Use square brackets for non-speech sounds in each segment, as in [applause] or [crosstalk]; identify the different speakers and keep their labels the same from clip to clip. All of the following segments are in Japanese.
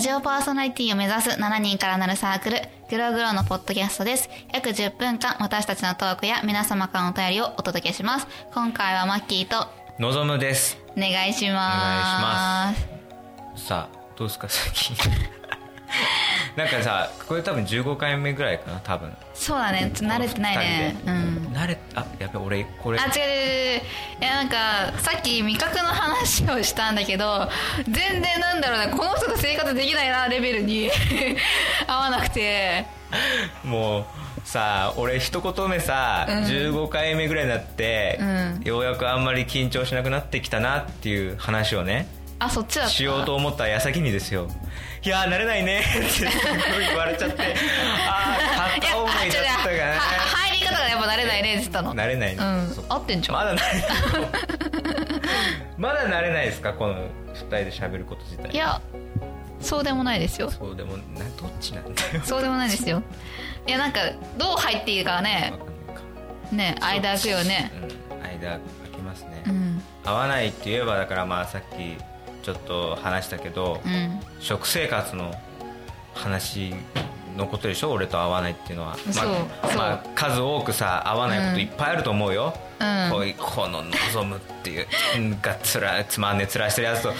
Speaker 1: ジオパーソナリティを目指す7人からなるサークル、グログロのポッドキャストです。約10分間、私たちのトークや皆様からのお便りをお届けします。今回はマッキーと
Speaker 2: のぞむです
Speaker 1: お願いします。
Speaker 2: さあどうですか最
Speaker 1: [laughs]
Speaker 2: 近なんかさこれ多分15回目ぐらいかな多分
Speaker 1: そうだね、ちょっと慣れてないね。
Speaker 2: こ
Speaker 1: う
Speaker 2: の二人
Speaker 1: ん。
Speaker 2: で慣れあやべ俺これ
Speaker 1: あ、違う違う違う違う。いや、なんか、さっき味覚の話をしたんだけど、全然なんだろうな、この人と生活できないな、レベルに [laughs] 合わなくて。
Speaker 2: もうさあ俺一言目さ、
Speaker 1: うん
Speaker 2: 15回目ぐらいになって、
Speaker 1: うん
Speaker 2: ようやくあんまり緊張しなくなってきたなっていう話をね
Speaker 1: あ、そっちだった。
Speaker 2: しようと思った矢先にですよ「いやー慣れな
Speaker 1: [laughs]
Speaker 2: いね」ってすごい言われちゃってああ片思いだっ
Speaker 1: いやあ違う違うは
Speaker 2: た
Speaker 1: 入り方がやっぱ慣れないねって言ったの
Speaker 2: かな慣れないね、そ
Speaker 1: う
Speaker 2: う
Speaker 1: ん合ってんじゃん
Speaker 2: まだ慣れない [laughs] まだ慣れないですかこの二人で喋ること自体
Speaker 1: いやそうでもないですよ
Speaker 2: そうでもなどっちなんだよ
Speaker 1: そうでもないですよいやなんかどう入っていいかはね
Speaker 2: わかんな
Speaker 1: ね
Speaker 2: いか
Speaker 1: 間空くよね
Speaker 2: うん間空きますね、
Speaker 1: うん
Speaker 2: 合わないって言えばだからまあさっきちょっと話したけど、
Speaker 1: うん
Speaker 2: 食生活の話のことでしょ俺と合わないっていうのは、まあ
Speaker 1: そう
Speaker 2: まあ数多くさ合わないこといっぱいあると思うよ、
Speaker 1: うん
Speaker 2: こいこの望むっていううんがつらつまんねつらしてるやつと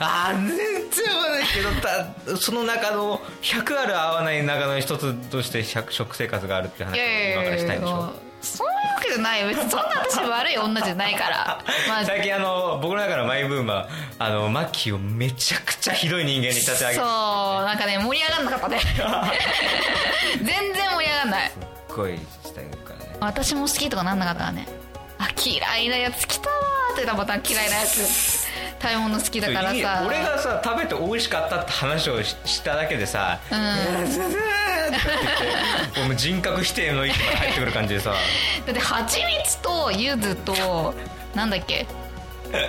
Speaker 2: ああ全然合わないけどたその中の100ある合わない中の一つとして100食生活があるっていう話
Speaker 1: い
Speaker 2: を
Speaker 1: やい
Speaker 2: 今
Speaker 1: や
Speaker 2: か
Speaker 1: い
Speaker 2: らし
Speaker 1: や
Speaker 2: たい
Speaker 1: い
Speaker 2: んでしょ
Speaker 1: やそういうわけじゃないよ別にそんな私悪い女じゃない
Speaker 2: [laughs]
Speaker 1: からマジで
Speaker 2: 最近あの僕の中のマイブームはあのマッキーをめちゃくちゃひどい人間に立て上げて
Speaker 1: そうなんかね盛り上がんなかったね [laughs] 全然盛り上がんない
Speaker 2: すっごいしたいからね
Speaker 1: 私も好きとかなんなかったからねあ嫌いなやつ来たわーって言ったらまた嫌いなや
Speaker 2: [laughs]
Speaker 1: つ食べ物好きだから
Speaker 2: いい
Speaker 1: さ
Speaker 2: 俺がさ食べて美味しかったって話をししただけでさ「
Speaker 1: うん
Speaker 2: ずずーって言ってもう人格否定の域まで入ってくる感じでさ
Speaker 1: だって蜂蜜と柚子となんだっけ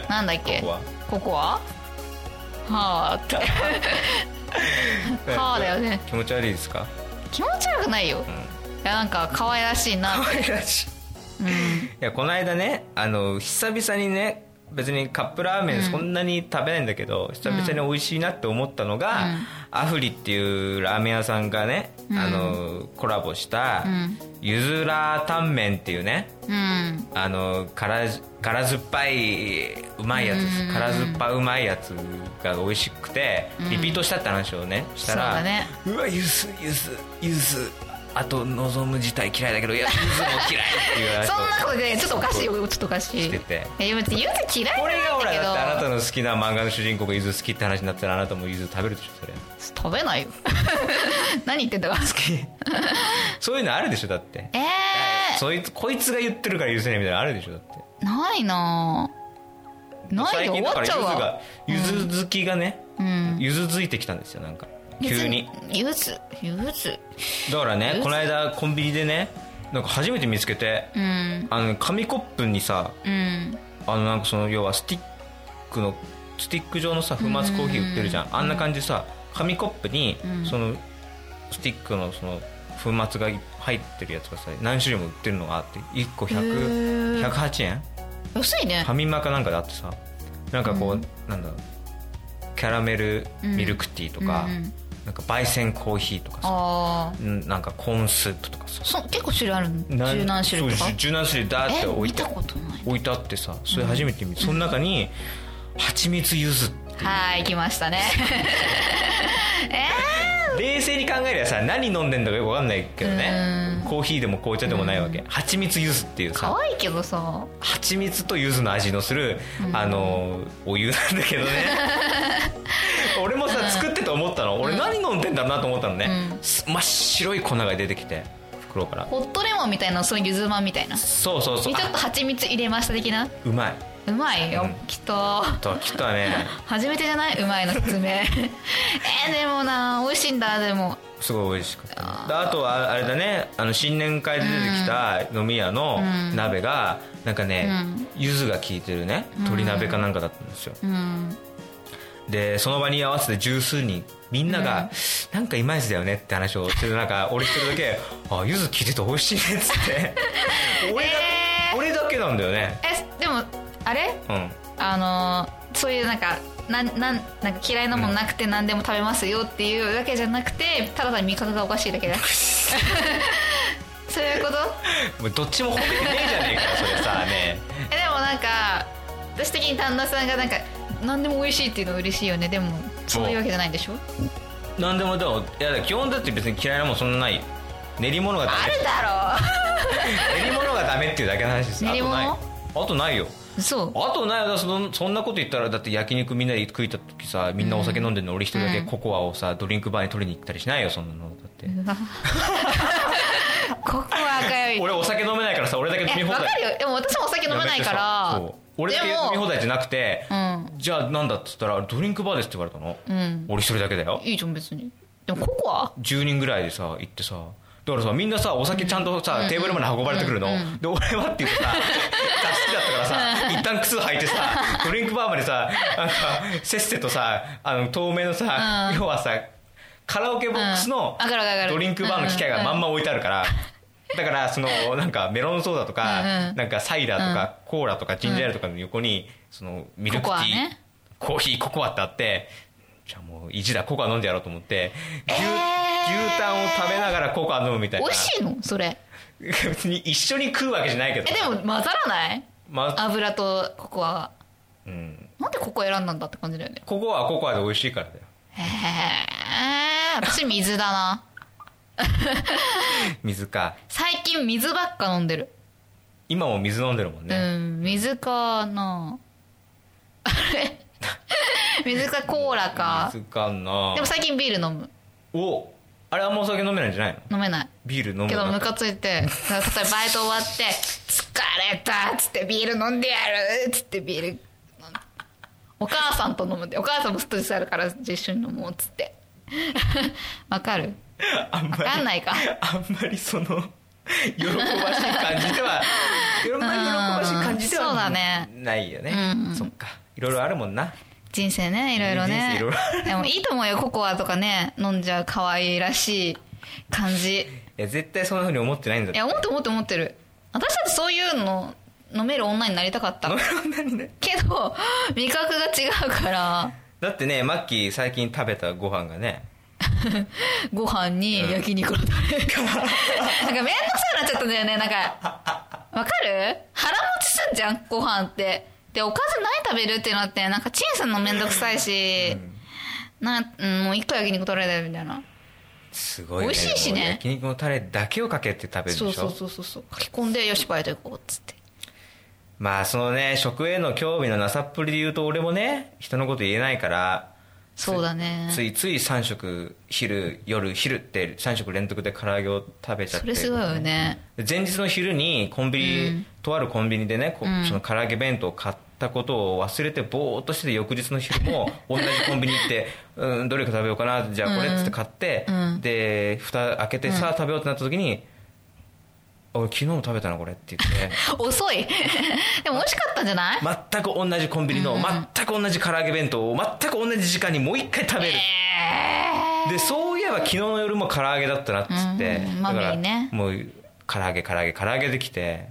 Speaker 1: なんだっけ
Speaker 2: ココア
Speaker 1: ココアはあ
Speaker 2: [laughs]
Speaker 1: ってはあだよね
Speaker 2: 気持ち悪いですか
Speaker 1: 気持ち悪くないよ、いやなんか可愛らしいな
Speaker 2: [laughs] 可愛らしいいやこの間ねあの久々にね別にカップラーメンそんなに食べないんだけど、久々に美味しいなって思ったのが、
Speaker 1: うん
Speaker 2: アフリっていうラーメン屋さんがね、
Speaker 1: うん
Speaker 2: あのコラボした、
Speaker 1: うん
Speaker 2: ゆずらタンメンっていうね
Speaker 1: うん
Speaker 2: あの辛じ辛酸っぱいうまいやつです、辛酸っぱうまいやつが美味しくてリピートしたって話をねしたら、
Speaker 1: そうだね
Speaker 2: うわゆずゆずゆずあと望む自体嫌いだけどいやゆずも嫌いっていう
Speaker 1: [laughs]
Speaker 2: 話
Speaker 1: そ
Speaker 2: を
Speaker 1: んなことでちょっとおかしいよちょっとおかしい
Speaker 2: してて
Speaker 1: いや別に柚子嫌い
Speaker 2: これがほらだってあ
Speaker 1: な
Speaker 2: なん
Speaker 1: だ
Speaker 2: た
Speaker 1: けど
Speaker 2: の好きな漫画の主人公がゆず好きって話になったらあなたもゆず食べるでしょそれ
Speaker 1: 食べないよ [laughs] 何言ってんだか好き
Speaker 2: [laughs] そういうのあるでしょだって
Speaker 1: えー、
Speaker 2: そいつこいつが言ってるから許せないみたいなのあるでしょだって
Speaker 1: ないなぁない
Speaker 2: 最
Speaker 1: よ終
Speaker 2: 近だか
Speaker 1: わっ
Speaker 2: ら
Speaker 1: ちゃうわ
Speaker 2: ゆずがゆず好きがね
Speaker 1: うん
Speaker 2: ゆずづいてきたんですよなんか急に
Speaker 1: ゆずゆず
Speaker 2: だから
Speaker 1: ゆ
Speaker 2: ね
Speaker 1: ず
Speaker 2: この間コンビニでねなんか初めて見つけて
Speaker 1: うん
Speaker 2: あの紙コップにさ
Speaker 1: うん
Speaker 2: あのなんかその要はスティックのスティック状のさ粉末コーヒー売ってるじゃんあんな感じでさ紙コップに
Speaker 1: うん
Speaker 2: そのスティックのその粉末が入ってるやつがさ何種類も売ってるのがあって1個100
Speaker 1: へー
Speaker 2: 108円
Speaker 1: 安いね
Speaker 2: ファミマかなんかであってさなんかこう、なんだろうキャラメルミルクティーとか、
Speaker 1: うんうん
Speaker 2: なんか焙煎コーヒーとかさ
Speaker 1: ああ
Speaker 2: うんなんかコーンスープとかさ
Speaker 1: そ結構種類あるの
Speaker 2: なん
Speaker 1: 十何種類とか
Speaker 2: そう十何種類だーって
Speaker 1: え
Speaker 2: 置い
Speaker 1: 見
Speaker 2: て
Speaker 1: たことない
Speaker 2: 置いてあってさそれ初めて見て、その中に蜂蜜柚子
Speaker 1: はい来ました
Speaker 2: [laughs]
Speaker 1: ねえ
Speaker 2: 冷静に考えればさ何飲んでんだかよく分かんないけどねコーヒーでも紅茶でもないわけ蜂蜜柚子っていう
Speaker 1: ー、
Speaker 2: さ
Speaker 1: 可愛いけどさ
Speaker 2: 蜂蜜と柚子の味のする、あのお湯なんだけ [laughs] どね俺もさ作ってて思ったの俺何飲んでんだろうなと思ったのね、す真っ白い粉が出てきて袋から
Speaker 1: ホットレモンみたいなそういうゆずまんみたいなにち
Speaker 2: そうそうそう
Speaker 1: ょっと
Speaker 2: あ
Speaker 1: 蜂蜜入れました的な
Speaker 2: うまいう
Speaker 1: まいよ、きっと
Speaker 2: ときっとは [laughs] ね
Speaker 1: 初めてじゃないうまいの
Speaker 2: [laughs]
Speaker 1: 説明えー、でもな美味しいんだでも
Speaker 2: すごい美味しかったであとはあれだねあの新年会で出てきた飲み屋の鍋がなんかね、柚子が効いてるね鶏鍋かなんかだったんですよ、
Speaker 1: うん
Speaker 2: でその場に合わせて十数人みんなが、なんかいまいちだよねって話をして
Speaker 1: [laughs]
Speaker 2: る中俺一人だけ「あゆず聞いてて美味しいね」っつって俺だ、
Speaker 1: えー
Speaker 2: 俺だけなんだよね
Speaker 1: えでもあれ
Speaker 2: うん
Speaker 1: あのーそういうなんかななんなんか嫌いなもんなくて何でも食べますよっていうわけじゃなくてただ単に味覚がおかしいだけだそういうこと
Speaker 2: もうどっちも褒めてねえじゃねえかよそ
Speaker 1: [laughs]
Speaker 2: れさね
Speaker 1: えでもなんか私的に旦那さんがなんか何でも美味しいっていうのは嬉しいよねでもそういうわけじゃないんでしょ
Speaker 2: なんでもでもいやだから基本だって別に嫌いなもんそんなないよ練り物がダ
Speaker 1: あ
Speaker 2: メ
Speaker 1: るだ
Speaker 2: 練り物がダメっていうだけの話です
Speaker 1: 練り物
Speaker 2: あとないあとないよ
Speaker 1: ろそう
Speaker 2: あとないよだそのそんなこと言ったらだって焼肉みんなで食いた時さみんなお酒飲んでるの俺一人だけココアをさドリンクバーに取りに行ったりしないよそんなのだって
Speaker 1: ココアかよ
Speaker 2: [laughs] 俺お酒飲めないからさ俺だけ飲み
Speaker 1: え
Speaker 2: 放
Speaker 1: わか
Speaker 2: 題
Speaker 1: るよでも私もお酒飲めないから
Speaker 2: やめてさそう俺だけ
Speaker 1: で
Speaker 2: 飲み放題じゃなくて
Speaker 1: も
Speaker 2: じゃあなんだっつったらドリンクバーですって言われたの
Speaker 1: うんうん
Speaker 2: 俺一人だけだよ
Speaker 1: いいじゃん別にでもココア
Speaker 2: 10人ぐらいでさ行ってさだからさみんなさお酒ちゃんとさ、テーブルまで運ばれてくるの、で俺はって言ってさ
Speaker 1: [laughs]
Speaker 2: がっつきだったからさ一旦靴履いてさドリンクバーまでさなんかせっせとさあの透明のさ、
Speaker 1: うん
Speaker 2: 要はさカラオケボックスの
Speaker 1: うんわかるわかる
Speaker 2: ドリンクバーの機械がまんま置いてあるから。だからそのなんかメロンソーダとか
Speaker 1: うんうん
Speaker 2: なんかサイダーとかコーラとかジンジャーエールとかの横にそのミル
Speaker 1: コ
Speaker 2: クティ
Speaker 1: コア
Speaker 2: ー
Speaker 1: ね
Speaker 2: コーヒーココアってあってじゃあもう意地だココア飲んでやろうと思って牛,、
Speaker 1: えー
Speaker 2: 牛タンを食べながらココア飲むみたい
Speaker 1: 美
Speaker 2: な
Speaker 1: 味しいのそれ
Speaker 2: [laughs] 別に一緒に食うわけじゃないけど
Speaker 1: えでも混ざらない
Speaker 2: まあ
Speaker 1: 油とココアが
Speaker 2: うん、
Speaker 1: なんでココア選んだんだって感じだよね
Speaker 2: ココアはココアで美味しいからだよ
Speaker 1: へえ私水だな
Speaker 2: 水か
Speaker 1: 最近水ばっか飲んでる、
Speaker 2: 今も水飲んでるもんね、
Speaker 1: うん水かなあ
Speaker 2: [laughs]
Speaker 1: れ水かコーラか
Speaker 2: 水かな
Speaker 1: でも最近ビール飲む
Speaker 2: おあれあんまお酒飲めないんじゃないの
Speaker 1: 飲めない
Speaker 2: ビール飲む
Speaker 1: けど
Speaker 2: な
Speaker 1: ム
Speaker 2: んか
Speaker 1: カついて例えばバイト終わって「疲れた」っつってビール飲んでやるっつってビール飲んでお母さんと飲むんでお母さんもストレスあるから一緒に飲もうっつって [laughs] わかる
Speaker 2: [laughs] あんまり
Speaker 1: わかんないか
Speaker 2: あんまりその喜ばしい感じでは喜ばしい感じでは
Speaker 1: そうだね
Speaker 2: ないよね
Speaker 1: うんうん
Speaker 2: そっかいろいろあるもんな
Speaker 1: 人生ねいろいろね
Speaker 2: 人生いろいろあ
Speaker 1: でもいいと思うよココアとかね飲んじゃう可愛いらしい感じ
Speaker 2: いや絶対そんなふうに思ってないんだっ
Speaker 1: い
Speaker 2: て
Speaker 1: や思って思って思ってる私だってそういうの飲める女になりたかった
Speaker 2: 飲め [laughs] る女にね
Speaker 1: けど味覚が違うから [laughs]
Speaker 2: だってねマッキー最近食べたご飯がね
Speaker 1: ご飯に焼肉のタ
Speaker 2: [laughs]
Speaker 1: レなんかめんどくさくなっちゃったんだよねなんかわかる腹持ちすんじゃんご飯ってでおかず何食べるっていうのってなんかチンすんのめんどくさいし、なんうん、もう一個焼肉取れだよみたいな
Speaker 2: すごいね
Speaker 1: 美味しいしね
Speaker 2: もう焼肉のタレだけをかけて食べるでし
Speaker 1: そ
Speaker 2: ょ
Speaker 1: うそうそうそうそう書き込んでよしバイト行こうっつって
Speaker 2: まあそのね食への興味のなさっぷりで言うと俺もね人のこと言えないから
Speaker 1: そうだね
Speaker 2: ついつい3食昼夜昼って3食連続で唐揚げを食べちゃって
Speaker 1: それすごいよね
Speaker 2: 前日の昼にコンビニ、とあるコンビニでねこう
Speaker 1: うん
Speaker 2: その唐揚げ弁当を買ったことを忘れてぼーっとしてて翌日の昼
Speaker 1: [laughs]
Speaker 2: も同じコンビニ行って、うん、どれか食べようかなじゃあこれっつって買って、
Speaker 1: うん
Speaker 2: で蓋開けてさあ食べようってなった時に「俺昨日も食べたなこれ」って言って。
Speaker 1: 遅い [laughs] でも美味しかったんじゃない、
Speaker 2: 全く同じコンビニの全く同じ唐揚げ弁当を全く同じ時間にもう一回食べる、
Speaker 1: え
Speaker 2: でそういえば昨日の夜も唐揚げだったなっつって、
Speaker 1: うんうん
Speaker 2: だから
Speaker 1: マミーね
Speaker 2: もう唐揚げ唐揚げ唐揚げできて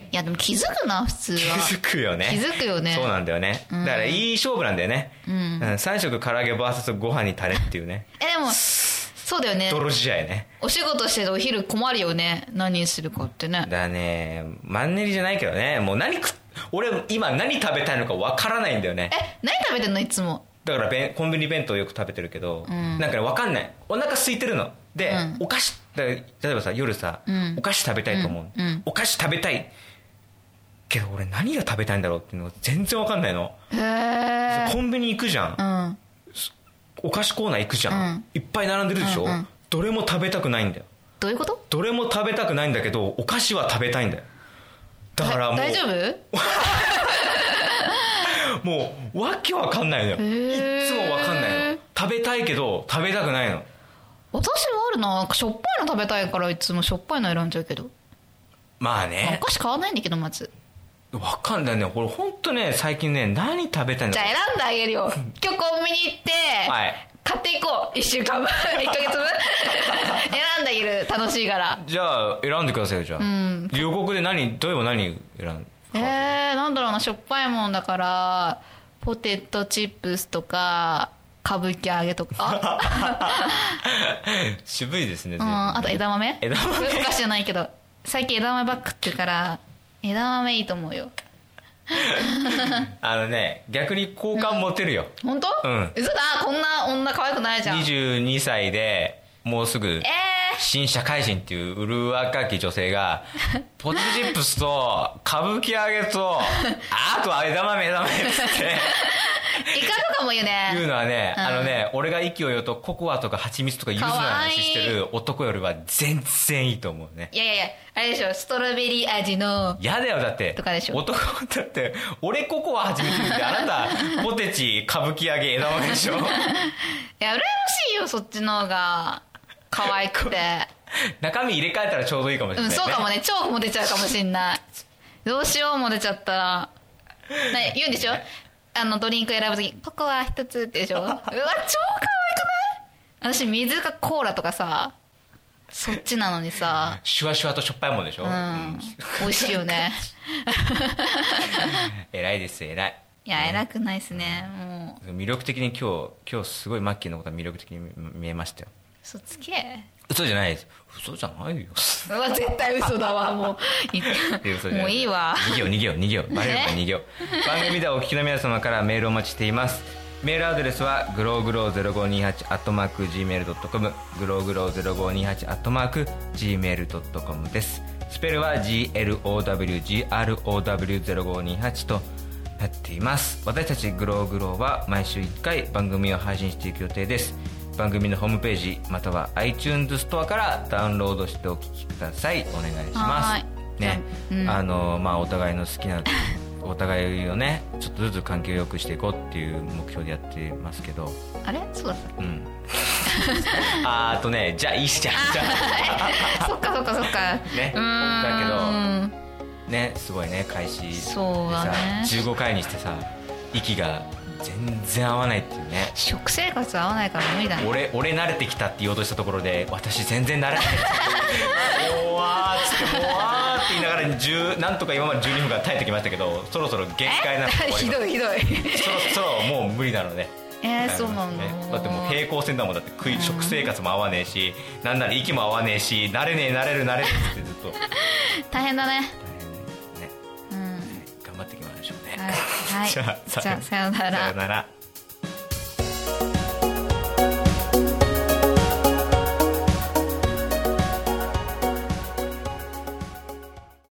Speaker 1: ーいやでも気づくな普通は
Speaker 2: 気づくよね
Speaker 1: 気づくよね
Speaker 2: そうなんだよね、
Speaker 1: ん
Speaker 2: だからいい勝負なんだよね、
Speaker 1: うん
Speaker 2: 3食唐揚げ VS ご飯にタレっていう
Speaker 1: [laughs]
Speaker 2: ね
Speaker 1: えでもそうだよね
Speaker 2: 泥仕合ね
Speaker 1: お仕事しててお昼困るよね何するかってね
Speaker 2: だからねマンネリじゃないけどねもう何食っ俺今何食べたいのかわからないんだよね
Speaker 1: え何食べてんのいつも
Speaker 2: だからべんコンビニ弁当よく食べてるけど、
Speaker 1: ん
Speaker 2: なんかね分かんないお腹空いてるので、
Speaker 1: うん
Speaker 2: お菓子だ例えばさ夜さ、
Speaker 1: うん
Speaker 2: お菓子食べたいと思う、
Speaker 1: うんうん
Speaker 2: お菓子食べたいけど俺何が食べたいんだろうっていうのが全然分かんないの、
Speaker 1: へえ
Speaker 2: コンビニ行くじゃん、
Speaker 1: うん
Speaker 2: お菓子コーナー行くじゃん、
Speaker 1: うん
Speaker 2: いっぱい並んでるでしょ、
Speaker 1: うんうん
Speaker 2: どれも食べたくないんだよ
Speaker 1: どういうこと
Speaker 2: どれも食べたくないんだけどお菓子は食べたいんだよだからも
Speaker 1: だ
Speaker 2: う
Speaker 1: 大丈夫
Speaker 2: もうわけわかんないのよ
Speaker 1: ー
Speaker 2: いつもわかんないの食べたいけど食べたくないの
Speaker 1: 私もあるななんかしょっぱいの食べたいからいつもしょっぱいの選んじゃうけど
Speaker 2: まあ
Speaker 1: まあ
Speaker 2: ね
Speaker 1: お菓子買わないんだけどまず
Speaker 2: わかんないねこれ本当ね最近ね何食べたいん
Speaker 1: じ
Speaker 2: だ
Speaker 1: ゃあ選んであげるよ今日コンビニ行って、
Speaker 2: はい
Speaker 1: 買っていこう1週間分1
Speaker 2: [laughs]
Speaker 1: ヶ月分選んであげる楽しいから
Speaker 2: じゃあ選んでくださいよじゃあ、
Speaker 1: ん
Speaker 2: 予告で何どういえば何選ん [laughs]
Speaker 1: えー、なんだろうなしょっぱいもんだからポポテトチップスとか歌舞伎揚げとか
Speaker 2: [laughs] 渋いですね
Speaker 1: うんあと枝豆
Speaker 2: 枝豆
Speaker 1: お菓子じゃないけど最近枝豆ばっか食ってるから枝豆いいと思うよ
Speaker 2: あのね逆に好感持てるよ、
Speaker 1: 本当？
Speaker 2: うん
Speaker 1: 嘘だこんな女可愛くないじゃんえ
Speaker 2: 22歳でもうすぐ
Speaker 1: え
Speaker 2: 新社会人っていう麗若き女性
Speaker 1: [laughs]
Speaker 2: がポテトチップスと歌舞伎揚げとあとは枝豆枝豆っつって
Speaker 1: [laughs] ー、イカとかもいいよ
Speaker 2: 言う
Speaker 1: ね
Speaker 2: のはね、
Speaker 1: うん
Speaker 2: あのね俺が息を言うとココアとか蜂蜜とか柚子の話してる男よりは全然いいと思うね
Speaker 1: いやいやいやあれでしょストロベリー味の
Speaker 2: 嫌だよだって
Speaker 1: とかでしょ
Speaker 2: 男はだって俺ココア蜂蜜ってあなたポテチ歌舞伎揚げ枝豆
Speaker 1: [laughs]
Speaker 2: でしょ
Speaker 1: いや羨ましいよそっちの方が可愛くて
Speaker 2: [laughs] 中身入れ替えたらちょうどいいかもしれ
Speaker 1: う
Speaker 2: ない、
Speaker 1: ん
Speaker 2: ね
Speaker 1: そうかもね超も出ちゃうかもしん
Speaker 2: [laughs]
Speaker 1: ないどうしようも出ちゃったらね言うんでしょあのドリンク選ぶ時ココア一つってで
Speaker 2: [laughs]
Speaker 1: しょうわ超可愛くない私水かコーラとかさそっちなのにさ
Speaker 2: シュワシュワとしょっぱいもんでしょ、
Speaker 1: う
Speaker 2: [laughs] うん
Speaker 1: ん美味しいよね [laughs]
Speaker 2: 偉いです偉い
Speaker 1: いや偉くないっすねもう
Speaker 2: 魅力的に今日今日すごいマッキーのことは魅力的に見えましたよ
Speaker 1: 嘘つけ
Speaker 2: 嘘じゃないです嘘じゃないよ
Speaker 1: うわ絶対嘘だわも
Speaker 2: [laughs] いや嘘
Speaker 1: う
Speaker 2: じゃな
Speaker 1: もういいわ
Speaker 2: 逃げよう逃げよう逃げようバレるから逃げよ
Speaker 1: [laughs]
Speaker 2: う番組ではお聞きの皆様からメールをお待ちしていますメールアドレスはグローグロー0528アットマーク Gmail.com グローグロー0528アットマーク Gmail.com ですスペルは GLOWGROW0528 となっています私たちグローグローは毎週1回番組を配信していく予定です番組のホームページまたは iTunes ストアからダウンロードしてお聞きくださいお願いします
Speaker 1: はーい
Speaker 2: ね、
Speaker 1: うん
Speaker 2: あのまあお互いの好きな [laughs] お互いをねちょっとずつ関係を良くしていこうっていう目標でやってますけど
Speaker 1: あれそうだった
Speaker 2: うん
Speaker 1: [laughs]
Speaker 2: あーあとねじゃあいいっすじゃんじゃ
Speaker 1: [laughs] そっかそっかそっか。
Speaker 2: ね
Speaker 1: うーん。
Speaker 2: あねすごいね開始でさ、
Speaker 1: そうだね
Speaker 2: 15回にしてさ息が全然合わないっていうね
Speaker 1: 食生活合わないから無理だね。
Speaker 2: 俺俺慣れてきたって言おうとしたところで私全然慣れない
Speaker 1: [laughs]
Speaker 2: もうわーっつってもうわーって言いながら10なんとか今まで12分間耐えてきましたけどそろそろ限界
Speaker 1: [laughs]
Speaker 2: なの
Speaker 1: ひどいひどい。
Speaker 2: そろそろもう無理なので、
Speaker 1: え
Speaker 2: ね
Speaker 1: ー、そうなの、
Speaker 2: だってもう平行線だもんだって食い食生活も合わねえしなんなら息も合わねえし慣れねえ慣れる慣れるってずっ
Speaker 1: [laughs]
Speaker 2: と大
Speaker 1: 大変だね。
Speaker 2: 変ね
Speaker 1: うん。
Speaker 2: 頑張っていきましょうね、
Speaker 1: はい。はい。
Speaker 2: [laughs] じゃあ
Speaker 1: じゃあさよな
Speaker 2: さ
Speaker 1: ら
Speaker 2: よ。なら